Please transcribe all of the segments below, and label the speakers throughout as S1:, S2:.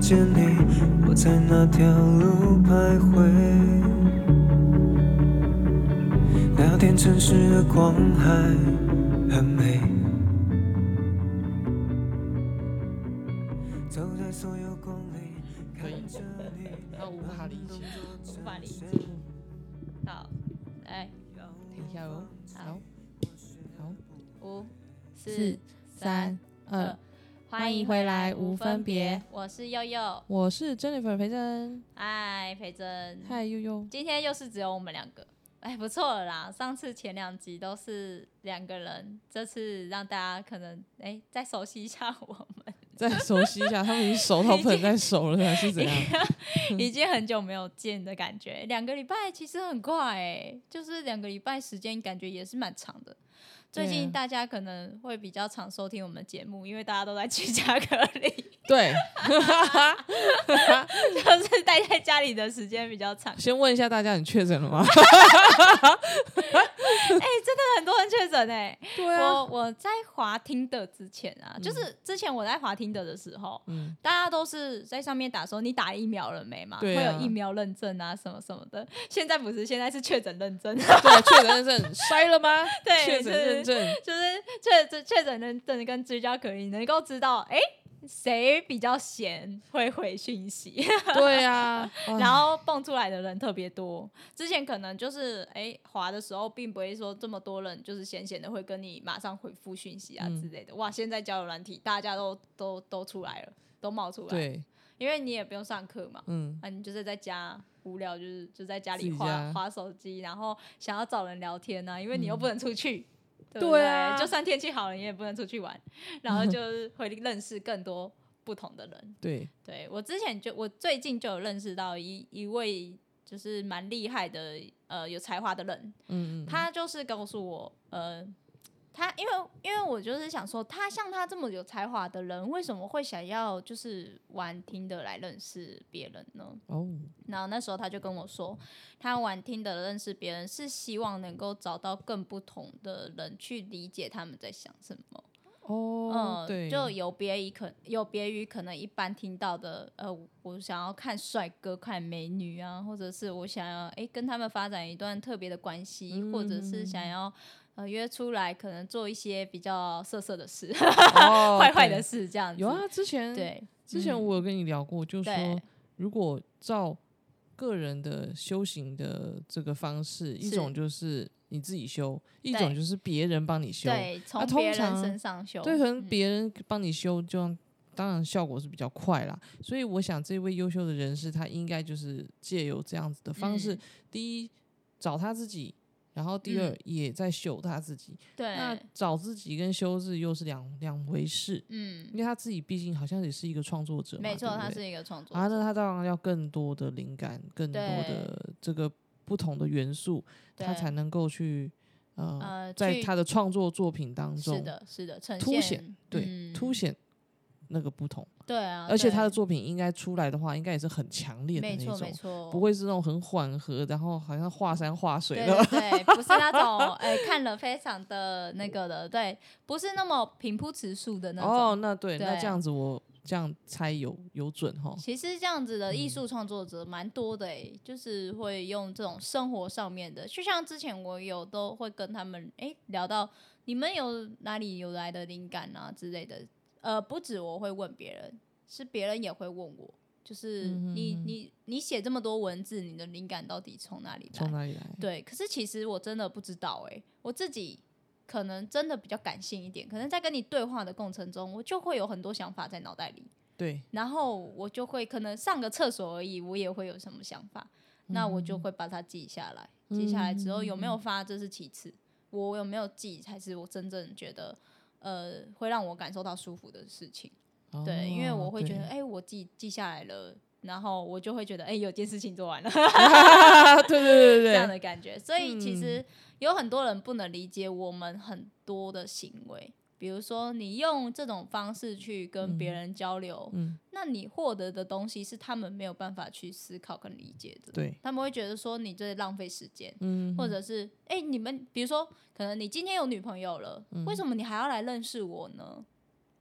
S1: 见你，我在那条路徘徊。聊天城市的光海很美。走在所有光里，看着你，
S2: 他无法理解。
S3: 无法理解。好，哎来，
S2: 等一下哦，好，好，
S3: 五、四
S2: 四、、三、二，，
S3: 欢
S2: 欢
S3: 迎
S2: 迎
S3: 回
S2: 回
S3: 来
S2: 来
S3: 无
S2: 无
S3: 分
S2: 分
S3: 别
S2: 别，
S3: 我是佑佑，
S2: 我是 Jennifer 裴珍，
S3: 哎，培珍，
S2: 嗨悠悠，
S3: 今天又是只有我们两个，哎，不错了啦。上次前两集都是两个人，这次让大家可能哎再熟悉一下我们，
S2: 再熟悉一下，他们已经熟到不能再熟了，还是怎样？
S3: 已经很久没有见的感觉。两个礼拜其实很快哎、就是两个礼拜时间，感觉也是蛮长的。最
S2: 对啊
S3: 近大家可能会比较常收听我们的节目，因为大家都在居家隔离，
S2: 对，
S3: 就是待在家里的时间比较 长。
S2: 先问一下大家，你确诊了吗？
S3: 很多人确诊哎，
S2: 对，啊
S3: 我我在滑听的之前啊，就是之前我在滑听的的时候，
S2: 嗯，
S3: 大家都是在上面打说你打疫苗了没嘛，
S2: 对啊
S3: 会有疫苗认证啊什么什么的。现在不是，现在是确诊认证，
S2: 对，啊确诊认证筛了吗？
S3: 对
S2: 确诊认证，
S3: 就是确诊确诊认证跟居家隔离能够知道，哎、谁比较闲会回讯息，
S2: 对啊，
S3: 然后蹦出来的人特别多。之前可能就是哎、滑的时候，并不会说这么多人就是闲闲的会跟你马上回复讯息啊
S2: 嗯
S3: 之类的。哇，现在交友软体大家都都都出来了，都冒出来，
S2: 对，
S3: 因为你也不用上课嘛，
S2: 嗯，
S3: 啊，你就是在家无聊，就是就在家
S2: 自
S3: 里
S2: 己
S3: 划
S2: 家嗯
S3: 划手机，然后想要找人聊天呢、啊因为你又不能出去。对不
S2: 对啊
S3: 就算天气好了，你也不能出去玩，然后就是会认识更多不同的人。
S2: 对，
S3: 对我之前就我最近就有认识到一一位就是蛮厉害的呃有才华的人，
S2: 嗯嗯，
S3: 他就是告诉我，呃，他因为因为我就是想说，他像他这么有才华的人，为什么会想要就是玩听的来认识别人呢？
S2: 哦，
S3: 然后那时候他就跟我说，他玩听的认识别人是希望能够找到更不同的人去理解他们在想什么。
S2: 哦，对，
S3: 嗯，就有别于可有别于可能一般听到的，呃，我想要看帅哥、看美女啊，或者是我想要哎、诶跟他们发展一段特别的关系，
S2: 嗯
S3: 或者是想要呃约出来，可能做一些比较色色的事、
S2: 哦
S3: 坏坏的
S2: 对
S3: 事这样子。
S2: 有啊，之前
S3: 对
S2: 之前
S3: 嗯
S2: 我有跟你聊过，就
S3: 对
S2: 说如果照个人的修行的这个方式，一
S3: 是
S2: 种就是你自己修，一
S3: 对
S2: 种就是别人帮你修。
S3: 对，从
S2: 啊通
S3: 别人
S2: 常
S3: 身上修，
S2: 对，可能
S3: 嗯
S2: 别人帮你修，就让当然效果是比较快啦。所以我想，这位优秀的人士，他应该就是借由这样子的方式，
S3: 嗯
S2: 第一找他自己，然后第二、
S3: 嗯
S2: 也在修他自己。那
S3: 对，
S2: 找自己跟修自己又是两两回事，因
S3: 嗯，
S2: 为他自己毕竟好像也是一个创作者嘛，
S3: 没错，
S2: 对不
S3: 他
S2: 对
S3: 是一个创作
S2: 啊，
S3: 者，
S2: 那他当然要更多的灵感，更多的这个不同的元素，
S3: 对
S2: 他才能够去呃，
S3: 呃
S2: 在
S3: 去
S2: 他的创作作品当中，
S3: 是的，是的，呈
S2: 凸
S3: 现
S2: 显对、
S3: 嗯
S2: 凸显那个不同，
S3: 对啊，
S2: 而且他的
S3: 对
S2: 作品应该出来的话，应该也是很强烈的
S3: 没
S2: 那
S3: 错没
S2: 种，
S3: 错，
S2: 不会是那种很缓和，然后好像画山画水
S3: 对
S2: 的，
S3: 对对，不是那种哎、看了非常的那个的，对，不是那么平铺直述的那种。
S2: 哦，那对，
S3: 对
S2: 那这样子我这样猜有有准哈，
S3: 其实这样子的
S2: 嗯
S3: 艺术创作者蛮多的、哎，就是会用这种生活上面的，就像之前我有都会跟他们哎、聊到你们有哪里有来的灵感啊之类的，呃，不止我会问别人，是别人也会问我，就是
S2: 嗯哼
S3: 你、
S2: 哼
S3: 你你写这么多文字，你的灵感到底从哪里来？
S2: 从哪里来？
S3: 对，可是其实我真的不知道哎、我自己可能真的比较感性一点，可能在跟你对话的过程中，我就会有很多想法在脑袋里，
S2: 对，
S3: 然后我就会可能上个厕所而已，我也会有什么想法，那我
S2: 嗯
S3: 就会把它记下来。记下来之后有没有发，这是其次，我有没有记才是我真正觉得呃会让我感受到舒服的事情。对，因为
S2: 哦
S3: 我会觉得，
S2: 对
S3: 哎、我记记下来了，然后我就会觉得，哎、有件事情做完了。
S2: 啊， 对 对对嗯
S3: 这样
S2: 对
S3: 的
S2: 对，
S3: 感觉。所以其实有很多人不能理解我们很多的行为，比如说你用这种方式去跟别人交流，
S2: 嗯，
S3: 那你获得的东西是他们没有办法去思考跟理解的。
S2: 对，
S3: 他们会觉得说你这是浪费时间，
S2: 嗯，
S3: 或者是哎、诶你们比如说，可能你今天有女朋友了，
S2: 嗯
S3: 为什么你还要来认识我呢？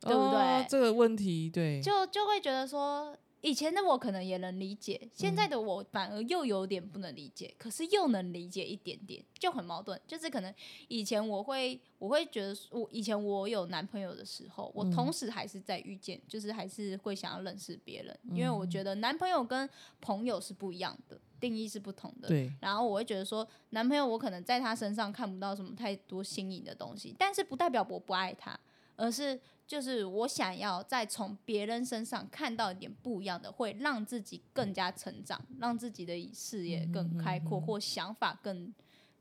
S3: 对不
S2: 哦
S3: 对
S2: 这个问题，对，
S3: 就就会觉得说，以前的我可能也能理解，现在的我反而又有点不能理解，可是又能理解一点点，就很矛盾。就是可能以前我会，我会觉得说，我以前我有男朋友的时候，我同时还是在遇见，就是还是会想要认识别人，因为我觉得男朋友跟朋友是不一样的，定义是不同的。
S2: 对，
S3: 然后我会觉得说，男朋友我可能在他身上看不到什么太多新颖的东西，但是不代表我不爱他，而是就是我想要再从别人身上看到一点不一样的，会让自己更加成长，让自己的视野更开阔，或想法更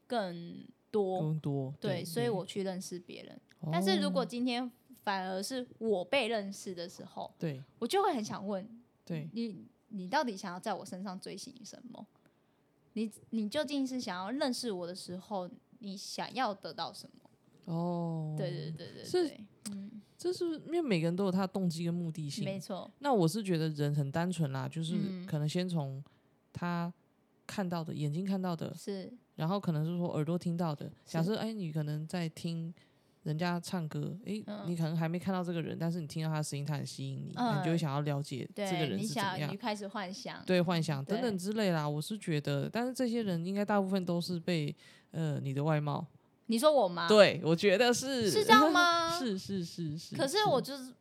S3: 更嗯多。
S2: 更多。哦
S3: 对，哦所以我去认识别人。但是如果今天反而是我被认识的时候，
S2: 对
S3: 我就会很想问
S2: 对，
S3: 你你到底想要在我身上追寻什么？你你究竟是想要认识我的时候，你想要得到什么？
S2: 哦，
S3: 嗯对对对对
S2: 是
S3: 对，嗯，
S2: 这是因为每个人都有他的动机跟目的性。
S3: 没错，
S2: 那我是觉得人很单纯啦，就是
S3: 嗯
S2: 可能先从他看到的、眼睛看到的，
S3: 是
S2: 然后可能是说耳朵听到的。假
S3: 是
S2: 设哎，你可能在听人家唱歌，哎，你可能还没看到这个人，但是你听到他的声音，他很吸引你，那你就会
S3: 嗯
S2: 想要了解这个
S3: 对，
S2: 人
S3: 你
S2: 是怎么
S3: 想
S2: 样
S3: 你。开始幻想，
S2: 对幻想等
S3: 对
S2: 等之类啦，我是觉得，但是这些人应该大部分都是被呃你的外貌，
S3: 你说我吗？，
S2: 对我觉得是
S3: 啊是这样吗？。
S2: 是是是是。
S3: 可是我就是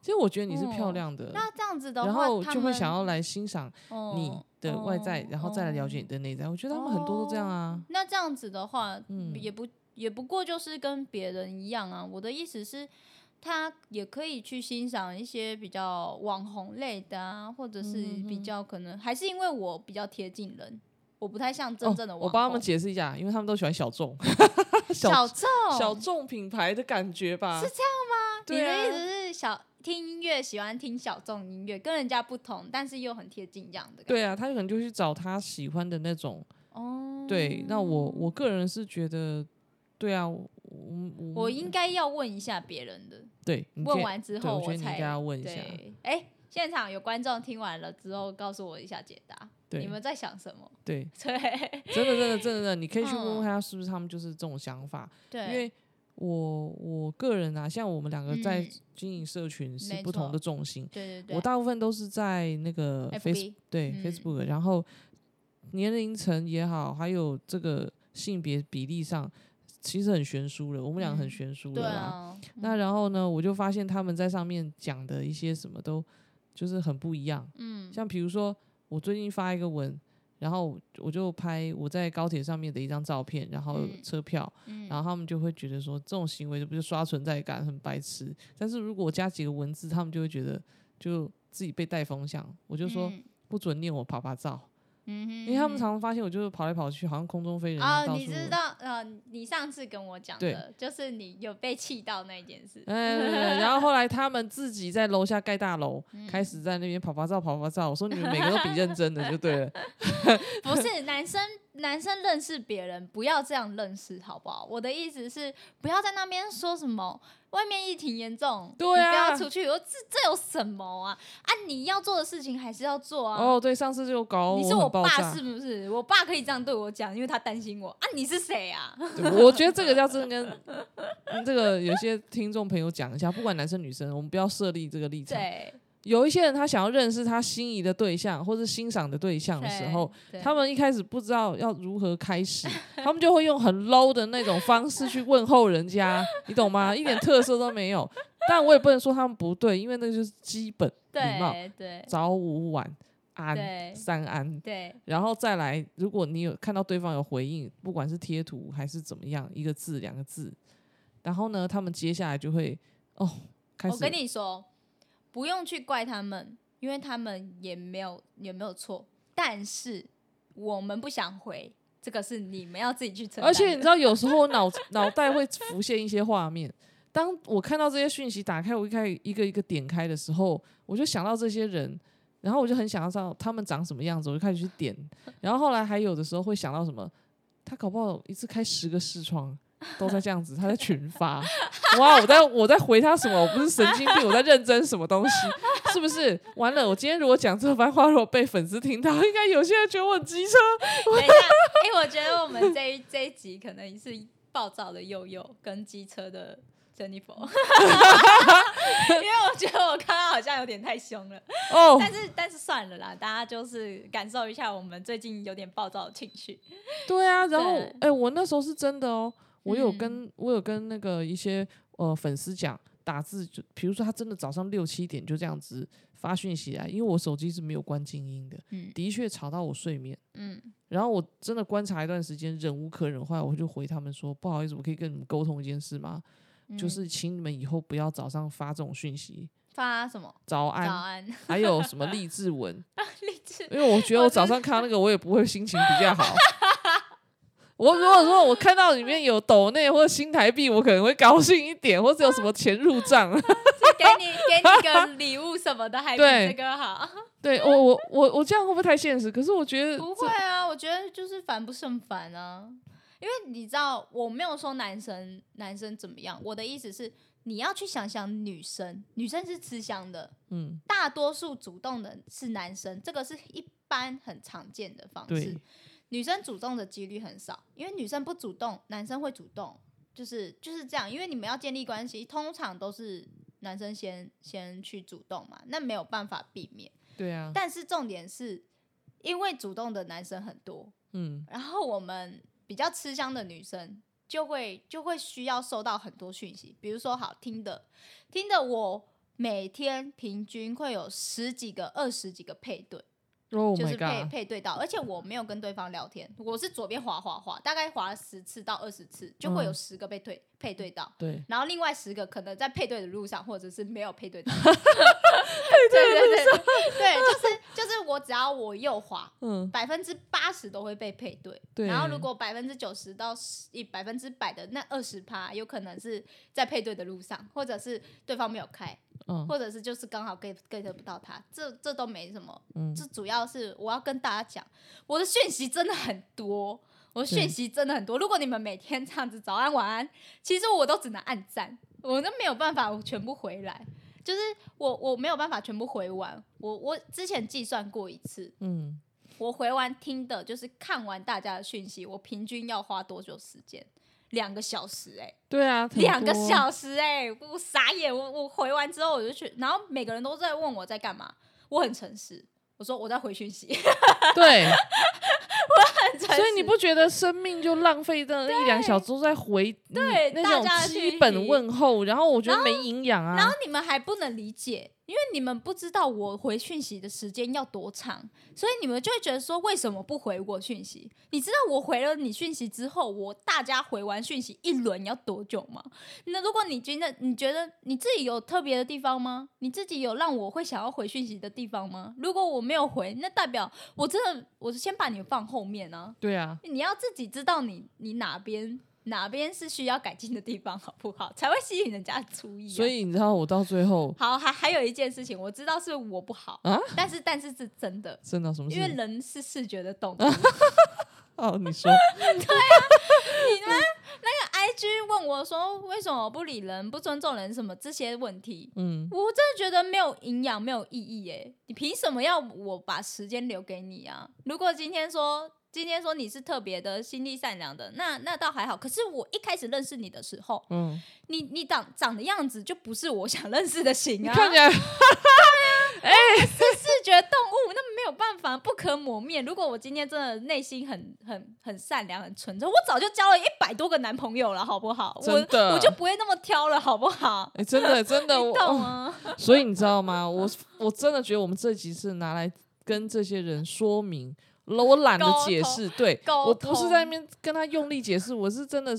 S2: 其实我觉得你是漂
S3: 哦
S2: 亮的，
S3: 那这样子的话，
S2: 然后
S3: 他
S2: 就会
S3: 们
S2: 想要来欣赏
S3: 哦
S2: 你的外在，
S3: 哦
S2: 然后再来了解你的内在。我觉得他们很多都这样啊，
S3: 那这样子的话，
S2: 嗯
S3: 也不也不过就是跟别人一样啊。我的意思是，他也可以去欣赏一些比较网红类的啊，或者是
S2: 嗯
S3: 比较可能、还是因为我比较贴近人，我不太像真正的
S2: 哦
S3: 网红。
S2: 我帮他们解释一下，因为他们都喜欢小众，
S3: 小
S2: 小
S3: 众，
S2: 小众品牌的感觉吧？是这样吗？
S3: 你
S2: 对
S3: 的意
S2: 啊，
S3: 思是小听音乐喜欢听小众音乐，跟人家不同，但是又很贴近这样的感觉。
S2: 对啊，他可能就去找他喜欢的那种。
S3: 哦，
S2: 对，那我我个人是觉得，对啊，我我
S3: 我应该要问一下别人的。
S2: 对你
S3: 问
S2: 可以
S3: 完之
S2: 对
S3: 后
S2: 我觉得你应
S3: 才
S2: 该要问一下，
S3: 对，哎、现场有观众听完了之后告诉我一下解答，
S2: 对
S3: 你们在想什么？
S2: 对，
S3: 对
S2: 真的真的真的真的，你可以去问问
S3: 嗯
S2: 看他是不是他们就是这种想法，
S3: 对，
S2: 因为我我个人啊，像我们两个在
S3: 嗯
S2: 经营社群是
S3: 没
S2: 不同
S3: 错
S2: 的重心，
S3: 对对对，
S2: 我大部分都是在那个 Face
S3: FB
S2: 对、
S3: 嗯
S2: Facebook，然后年龄层也好，还有这个性别比例上，其实很悬殊了，我们两个很
S3: 嗯
S2: 悬殊了
S3: 对
S2: 啦。
S3: 啊，
S2: 那然后呢，我就发现他们在上面讲的一些什么都就是很不一样，
S3: 嗯
S2: 像比如说我最近发一个文。然后我就拍我在高铁上面的一张照片，然后
S3: 嗯
S2: 车票，
S3: 嗯，
S2: 然后他们就会觉得说这种行为就不是刷存在感，很白痴。但是如果我加几个文字，他们就会觉得就自己被带风向。我就说、
S3: 嗯
S2: 不准念我啪啪照，
S3: 嗯哼，
S2: 因为他们常常发现我就是跑来跑去，好像空中飞人一样
S3: 啊、
S2: 到
S3: 你
S2: 处
S3: 知道呃，你上次跟我讲
S2: 对
S3: 的，就是你有被气到那件事，
S2: 哎，对对对然后后来他们自己在楼下盖大楼，
S3: 嗯
S2: 开始在那边跑啪照跑啪照。我说你们每个都比认真的就 对了。
S3: 不是 男生，男生认识别人不要这样认识，好不好？我的意思是，不要在那边说什么外面疫情严重，
S2: 对
S3: 你
S2: 啊
S3: 不要出去。我这这有什么啊？啊，你要做的事情还是要做啊。
S2: 哦，对，上次就搞
S3: 你是
S2: 我
S3: 我
S2: 很爆炸
S3: 爸是不是？我爸可以这样对我讲，因为他担心我啊。你是谁 啊？
S2: 对我觉得这个要真的跟嗯这个有些听众朋友讲一下，不管男生女生，我们不要设立这个立场。
S3: 对，
S2: 有一些人他想要认识他心仪的对象或是欣赏的对象的时候，
S3: 对，
S2: 他们一开始不知道要如何开 始，他们就会用很 low 的那种方式去问候人 家，你懂吗？一点特色都没有。但我也不能说他们不对，因为那就是基本礼貌，
S3: 对对
S2: 早午晚安
S3: 对
S2: 三安。
S3: 对，
S2: 然后再来，如果你有看到对方有回应，不管是贴图还是怎么样，一个字两个字，然后呢，他们接下来就会哦，开始
S3: 我跟你说，不用去怪他们，因为他们也没有也没有错，但是我们不想回，这个是你们要自己去承担的。
S2: 而且你知道，有时候脑脑袋会浮现一些画面。当我看到这些讯息打开，我一开一个一个点开的时候，我就想到这些人，然后我就很想要知道他们长什么样子，我就开始去点。然后后来还有的时候会想到什么，他搞不好一次开十个视窗。都在这样子，他在群发，哇！我在我在回他什么？我不是神经病，我在认真什么东西？是不是？完了，我今天如果讲这番话，如果被粉丝听到，应该有些人觉得我很机车。
S3: 等 一下，哎、我觉得我们这一这一集可能是暴躁的佑佑跟机车的 Jennifer，因为我觉得我刚刚好像有点太凶了，
S2: 哦，
S3: 但是但是算了啦，大家就是感受一下我们最近有点暴躁的情绪。
S2: 对啊，然后
S3: 对
S2: 哎、我那时候是真的哦，我有
S3: 嗯
S2: 跟、我有跟那个一些呃粉丝讲，打字就比如说他真的早上六七点就这样子发讯息来，因为我手机是没有关静音的，
S3: 嗯
S2: 的确吵到我睡眠。
S3: 嗯
S2: 然后我真的观察一段时间，忍无可忍，后来我就回他们说，不好意思，我可以跟你们沟通一件事吗？就
S3: 嗯
S2: 是请你们以后不要早上发这种讯息，
S3: 发什么？
S2: 早
S3: 早
S2: 安，
S3: 安，
S2: 还有什么励志文，
S3: 励志
S2: 因为我觉得我早上看到那个，我也不会心情比 较好。我如果说我看到里面有斗内或者新台币，我可能会高兴一点，或者有什么钱入账。
S3: 是给 你给你个礼物什么的，还比
S2: 对
S3: 这个好。
S2: 对我我我我这样会不会太现实？可是我觉得
S3: 不
S2: 这
S3: 会啊，我觉得就是烦不胜烦啊。因为你知道，我没有说男生男生怎么样，我的意思是你要去想想女生，女生是吃香的，
S2: 嗯，
S3: 大多数主动的是男生，这个是一般很常见的方式
S2: 对。
S3: 女生主动的几率很少，因为女生不主动，男生会主动，就是就是这样。因为你们要建立关系，通常都是男生先先去主动嘛，那没有办法避免。
S2: 对啊，
S3: 但是重点是，因为主动的男生很多，
S2: 嗯
S3: 然后我们比较吃香的女生就会就会需要收到很多讯息，比如说好听的，听的我每天平均会有十几个、二十几个配对，
S2: ，Oh
S3: 就
S2: my
S3: 是配
S2: god，
S3: 配对到，而且我没有跟对方聊天，我是左边滑滑滑，大概滑十次到二十次，就会有
S2: 嗯
S3: 十个被对、配对到。
S2: 对，
S3: 然后另外十个可能在配对的路上，或者是没有配对到。 配对对对对，就是就是我只要我右滑，
S2: 嗯，
S3: 百分之八十都会被配对。
S2: 对
S3: 然后如果百分之九十到一百分之百的那二十趴，有可能是在配对的路上，或者是对方没有开，
S2: 嗯
S3: 或者是就是刚好 get get 不到他，这这都没什么。
S2: 嗯
S3: 这主要是我要跟大家讲，我的讯息真的很多。我的讯
S2: 对
S3: 息真的很多，如果你们每天这样子早安晚安，其实我都只能按赞，我都没有办法全部回来，就是我我没有办法全部回完。我我之前计算过一次，
S2: 嗯，
S3: 我回完听的，就是看完大家的讯息，我平均要花多久时间？两个小时哎、
S2: 对啊，很
S3: 两个
S2: 多
S3: 小时哎、我傻眼。我我回完之后我就去，然后每个人都在问我在干嘛，我很诚实，我说我在回讯息，
S2: 对，
S3: 很诚实。
S2: 所以你不觉得生命就浪费那一两小时都在回你
S3: 对
S2: 那
S3: 大
S2: 种
S3: 家的讯
S2: 基
S3: 息
S2: 本问候，然后我觉得没营养
S3: 然
S2: 啊
S3: 后，你们还不能理解，因为你们不知道我回讯息的时间要多长，所以你们就会觉得说为什么不回我讯息？你知道我回了你讯息之后，我大家回完讯息一轮要多久吗？那如果你觉得你觉得你自己有特别的地方吗？你自己有让我会想要回讯息的地方吗？如果我没有回，那代表我真的我先把你放后面啊！
S2: 对啊，
S3: 你要自己知道你你哪边。哪边是需要改进的地方，好不好？才会吸引人家的注意、啊。
S2: 所以你知道我到最后
S3: 好，还还有一件事情，我知道是我不好，
S2: 啊
S3: 但是但是是真的，
S2: 真的什么事？啊
S3: 因为人是视觉的动物。你
S2: 哦，你 说
S3: 们那个 IG 问我说为什么不理人、不尊重人什么这些问题，
S2: 嗯，
S3: 我真的觉得没有营养、没有意义耶！你凭什么要我把时间留给你啊？如果今天说今天说你是特别的心地善良的，那那倒还好。可是我一开始认识你的时候，
S2: 嗯，
S3: 你你长长的样子就不是我想认识的型
S2: 你
S3: 啊，
S2: 看起来
S3: 视觉动物，那没有办法，不可磨灭。如果我今天真的内心很很很善良、很纯真，我早就交了一百多个男朋友了，好不好？
S2: 真的
S3: 我我就不会那么挑了，好不好？
S2: 哎、真的真的，
S3: 你
S2: 我
S3: 懂
S2: 哦
S3: 吗？
S2: 所以你知道吗？我我真的觉得我们这集是拿来跟这些人说明，我懒得解释，对
S3: 沟
S2: 我不是
S3: 通
S2: 在那边跟他用力解释，我是真的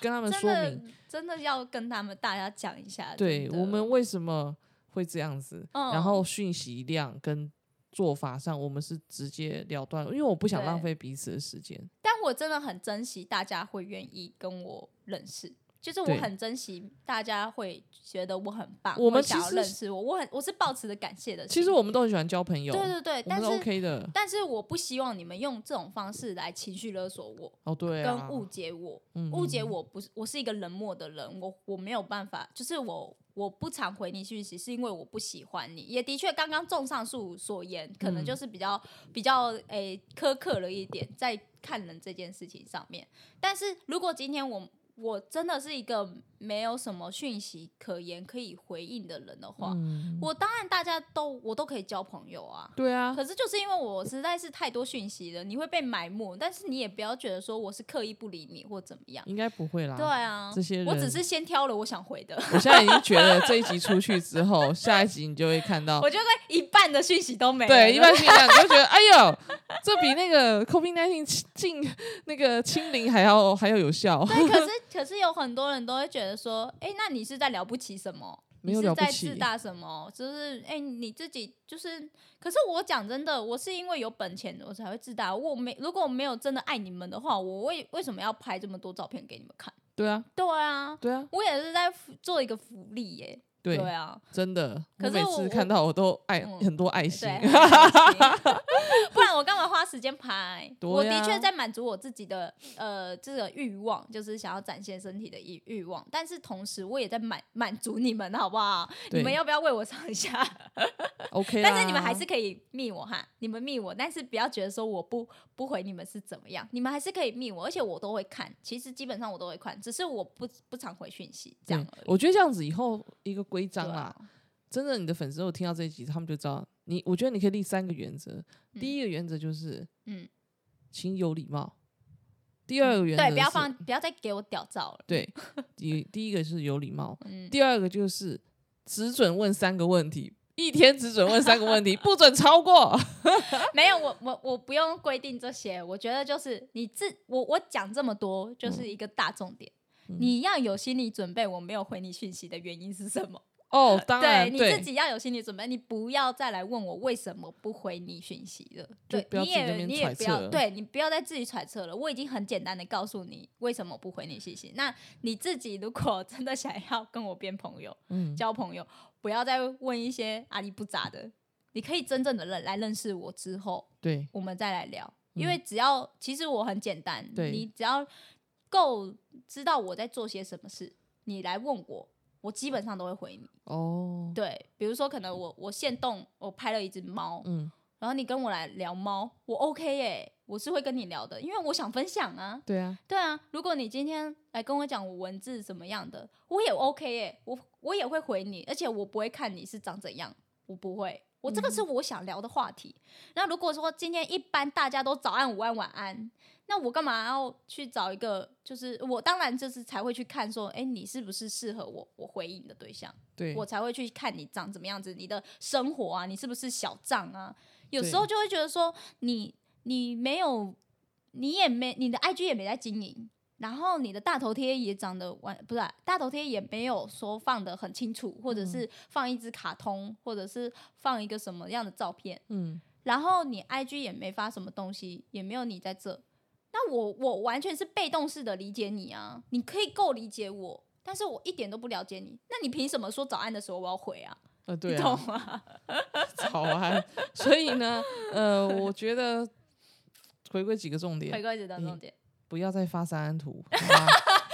S2: 跟他们
S3: 真
S2: 说
S3: 的
S2: 明，
S3: 真的要跟他们大家讲一下。
S2: 对
S3: 真的
S2: 我们为什么会这样子，
S3: 嗯
S2: 然后讯息量跟。做法上，我们是直截了当，因为我不想
S3: 对
S2: 浪费彼此的时间。
S3: 但我真的很珍惜大家会愿意跟我认识，就是我
S2: 对
S3: 很珍惜大家会觉得我很棒，
S2: 我们
S3: 会想要
S2: 其实
S3: 认识我，我很我是抱持着感谢的心。
S2: 其实我们都很喜欢交朋友，
S3: 对对对，
S2: 我
S3: 但
S2: 们
S3: 是
S2: 是 OK 的。
S3: 但是我不希望你们用这种方式来情绪勒索我，
S2: 哦，对啊，
S3: 跟误解我，
S2: 嗯
S3: 误解
S2: 嗯
S3: 我不是我是一个冷漠的人，我我没有办法，就是我我不常回你讯息，是因为我不喜欢你，也的确刚刚综上述所言，可能
S2: 嗯
S3: 就是比较比较诶、苛刻了一点在看人这件事情上面，但是如果今天我。我真的是一个没有什么讯息可言可以回应的人的话，
S2: 嗯，
S3: 我当然大家都我都可以交朋友啊。
S2: 对啊，
S3: 可是就是因为我实在是太多讯息了，你会被埋没，但是你也不要觉得说我是刻意不理你或怎么样。
S2: 应该不会啦。
S3: 对啊，
S2: 这些人
S3: 我只是先挑了我想回的，
S2: 我现在已经觉得这一集出去之后，下一集你就会看到
S3: 我，就会一半的讯息都没了。
S2: 对，一般性讲你就觉得，哎呦，这比那个 COVID 1 9进那个清零还要还要有效。
S3: 对， 可是可是有很多人都会觉得说，哎、那你是在了不起什么？
S2: 没
S3: 你
S2: 有
S3: 是
S2: 了不
S3: 在
S2: 起
S3: 自大什么？就是哎、你自己就是。可是我讲真的，我是因为有本钱，我才会自大。我没如果我没有真的爱你们的话，我为为什么要拍这么多照片给你们看？
S2: 对啊，
S3: 对啊，
S2: 对啊，
S3: 我也是在福做一个福利耶、
S2: 对，
S3: 啊，
S2: 真的。
S3: 可是
S2: 每
S3: 我
S2: 次
S3: 我
S2: 看到我都爱
S3: 嗯
S2: 很多爱心
S3: 对，，很开心不然我干嘛花时间拍？
S2: 对啊
S3: 我的
S2: 呀
S3: 确在满足我自己的呃这个欲望，就是想要展现身体的欲欲望，但是同时我也在满满足你们，好不好？
S2: 对啊
S3: 你们要不要为我上一下？
S2: OK 啦。
S3: 但是你们还是可以密我哈，你们密我，但是不要觉得说我不不回你们是怎么样，你们还是可以密我，而且我都会看，其实基本上我都会看，只是我不不常回讯息这样
S2: 对
S3: 而已。
S2: 我觉得这样子以后一个规章
S3: 对啊
S2: 啦，真的，你的粉丝如果听到这一集，他们就知道你。我觉得你可以立三个原则，第一个原则就是，
S3: 嗯，
S2: 请有礼貌。第二个原则
S3: 对，不要
S2: 是
S3: 放，不要再给我屌照了。
S2: 对，第第一个是有礼貌，
S3: 嗯，
S2: 第二个就是只准问三个问题，一天只准问三个 问题，不准超过。
S3: 没有，我我我不用规定这些，我觉得就是你自我我讲这么多，
S2: 嗯
S3: 就是一个大重点。你要有心理准备，我没有回你讯息的原因是什么？
S2: 哦，当然
S3: 对，你自己要有心理准备，你不要再来问我为什么不回你讯息了。
S2: 就
S3: 对，
S2: 不要
S3: 你
S2: 自己在那
S3: 也
S2: 边
S3: 你也
S2: 揣
S3: 不
S2: 测
S3: 要，
S2: 了
S3: 对你不要再自己揣测了。我已经很简单的告诉你为什么不回你讯息。那你自己如果 真的想要跟我变朋友、
S2: 嗯，
S3: 交朋友，不要再问一些阿里不杂的。你可以真正的认来认识我之后，
S2: 对
S3: 我们再来聊。
S2: 嗯
S3: 因为只要其实我很简单，
S2: 对
S3: 你只要够知道我在做些什么事，你来问我，我基本上都会回你。
S2: 哦，
S3: 对，比如说可能我我现动我拍了一只猫，
S2: 嗯，
S3: 然后你跟我来聊猫，我 OK 耶、我是会跟你聊的，因为我想分享啊。
S2: 对啊，
S3: 对啊，如果你今天来跟我讲我文字怎么样的，我也 OK 耶、我我也会回你，而且我不会看你是长怎样，我不会。我这个是我想聊的话题。那如果说今天一般大家都早安、午安、晚安，那我干嘛要去找一个？就是我当然就是才会去看说，哎、你是不是适合我我回应的对象？
S2: 对，
S3: 我才会去看你长怎么样子，你的生活啊，你是不是小账啊？有时
S2: 对
S3: 候就会觉得说，你你没有，你也没你的 IG 也没在经营，然后你的大头贴也长得完不是啊、大头贴也没有说放的很清楚，
S2: 嗯
S3: 或者是放一只卡通，或者是放一个什么样的照片，
S2: 嗯，
S3: 然后你 IG 也没发什么东西，也没有你在这，那我我完全是被动式的理解你啊，你可以够理解我，但是我一点都不了解你，那你凭什么说早安的时候我要回啊？
S2: 呃，对
S3: 你
S2: 啊
S3: 懂，吗？
S2: 早安。所以呢，呃，我觉得回归几个重
S3: 回
S2: 点，
S3: 归这的重点，
S2: 不要再发三安图，好吗？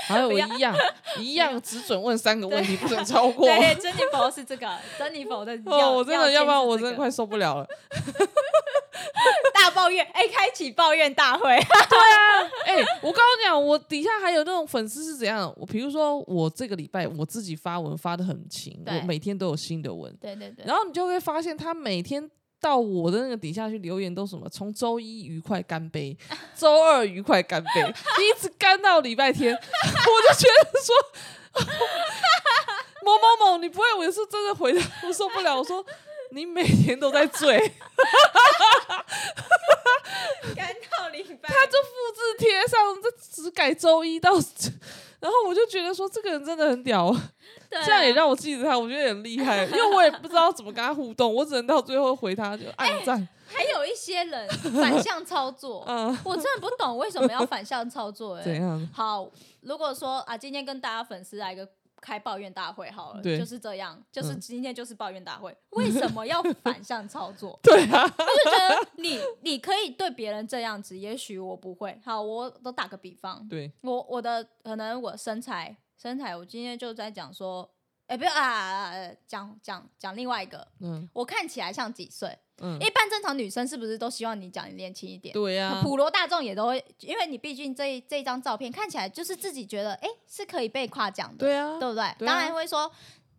S2: 还有我
S3: 不要
S2: 一样，一样只准问三个问题，不准超过。
S3: 对，珍妮佛是这个，珍妮佛的要
S2: 哦，我真的，要
S3: 要
S2: 不然我
S3: 坚持
S2: 真的
S3: 这
S2: 快受不了了。
S3: 个大抱怨，哎，开启抱怨大会，
S2: 哎、我告诉你讲，我底下还有那种粉丝是怎样？我比如说，我这个礼拜我自己发文发的很勤，
S3: 对
S2: 我每天都有新的文，
S3: 对对对，
S2: 然后你就会发现他每天。到我的那个底下去留言都什么？从周一愉快干杯， 周二愉快 干杯，一直干到礼拜天，我就觉得说， 某某某，你不会，我是真的回答，我受不了。我说你每天都在醉，
S3: 干到礼拜，
S2: 他就复制贴上，这只改周一到，然后我就觉得说这个人真的很屌，
S3: 对啊
S2: 这样也让我记得他，我觉得很厉害，因为我也不知道怎么跟他互动，我只能到最后回他就
S3: 哎
S2: 暗赞，
S3: 还有一些人反向操作，
S2: 嗯、
S3: 我真的不懂为什么要反向操 作，哎
S2: 怎，样？
S3: 好，如果说啊，今天跟大家粉丝来一个开抱怨大会好了，
S2: 对
S3: 就是这样，就是
S2: 嗯？
S3: 今天就是抱怨大会，为什么要反向操作
S2: 对啊，
S3: 就觉得你你可以对别人这样子，也许我不会。好，我都打个比方，
S2: 对，
S3: 我我的可能我身材身材，我今天就在讲说，哎、不要啊啊，啊讲讲讲另外一个，
S2: 嗯
S3: 我看起来像几岁？
S2: 嗯，
S3: 一般正常女生是不是都希望你讲你年轻一点？
S2: 对呀、啊，
S3: 普罗大众也都会，因为你毕竟这一这一张照片看起来就是自己觉得，哎、是可以被夸奖的，
S2: 对啊，
S3: 对不对？
S2: 对啊
S3: 当然会说，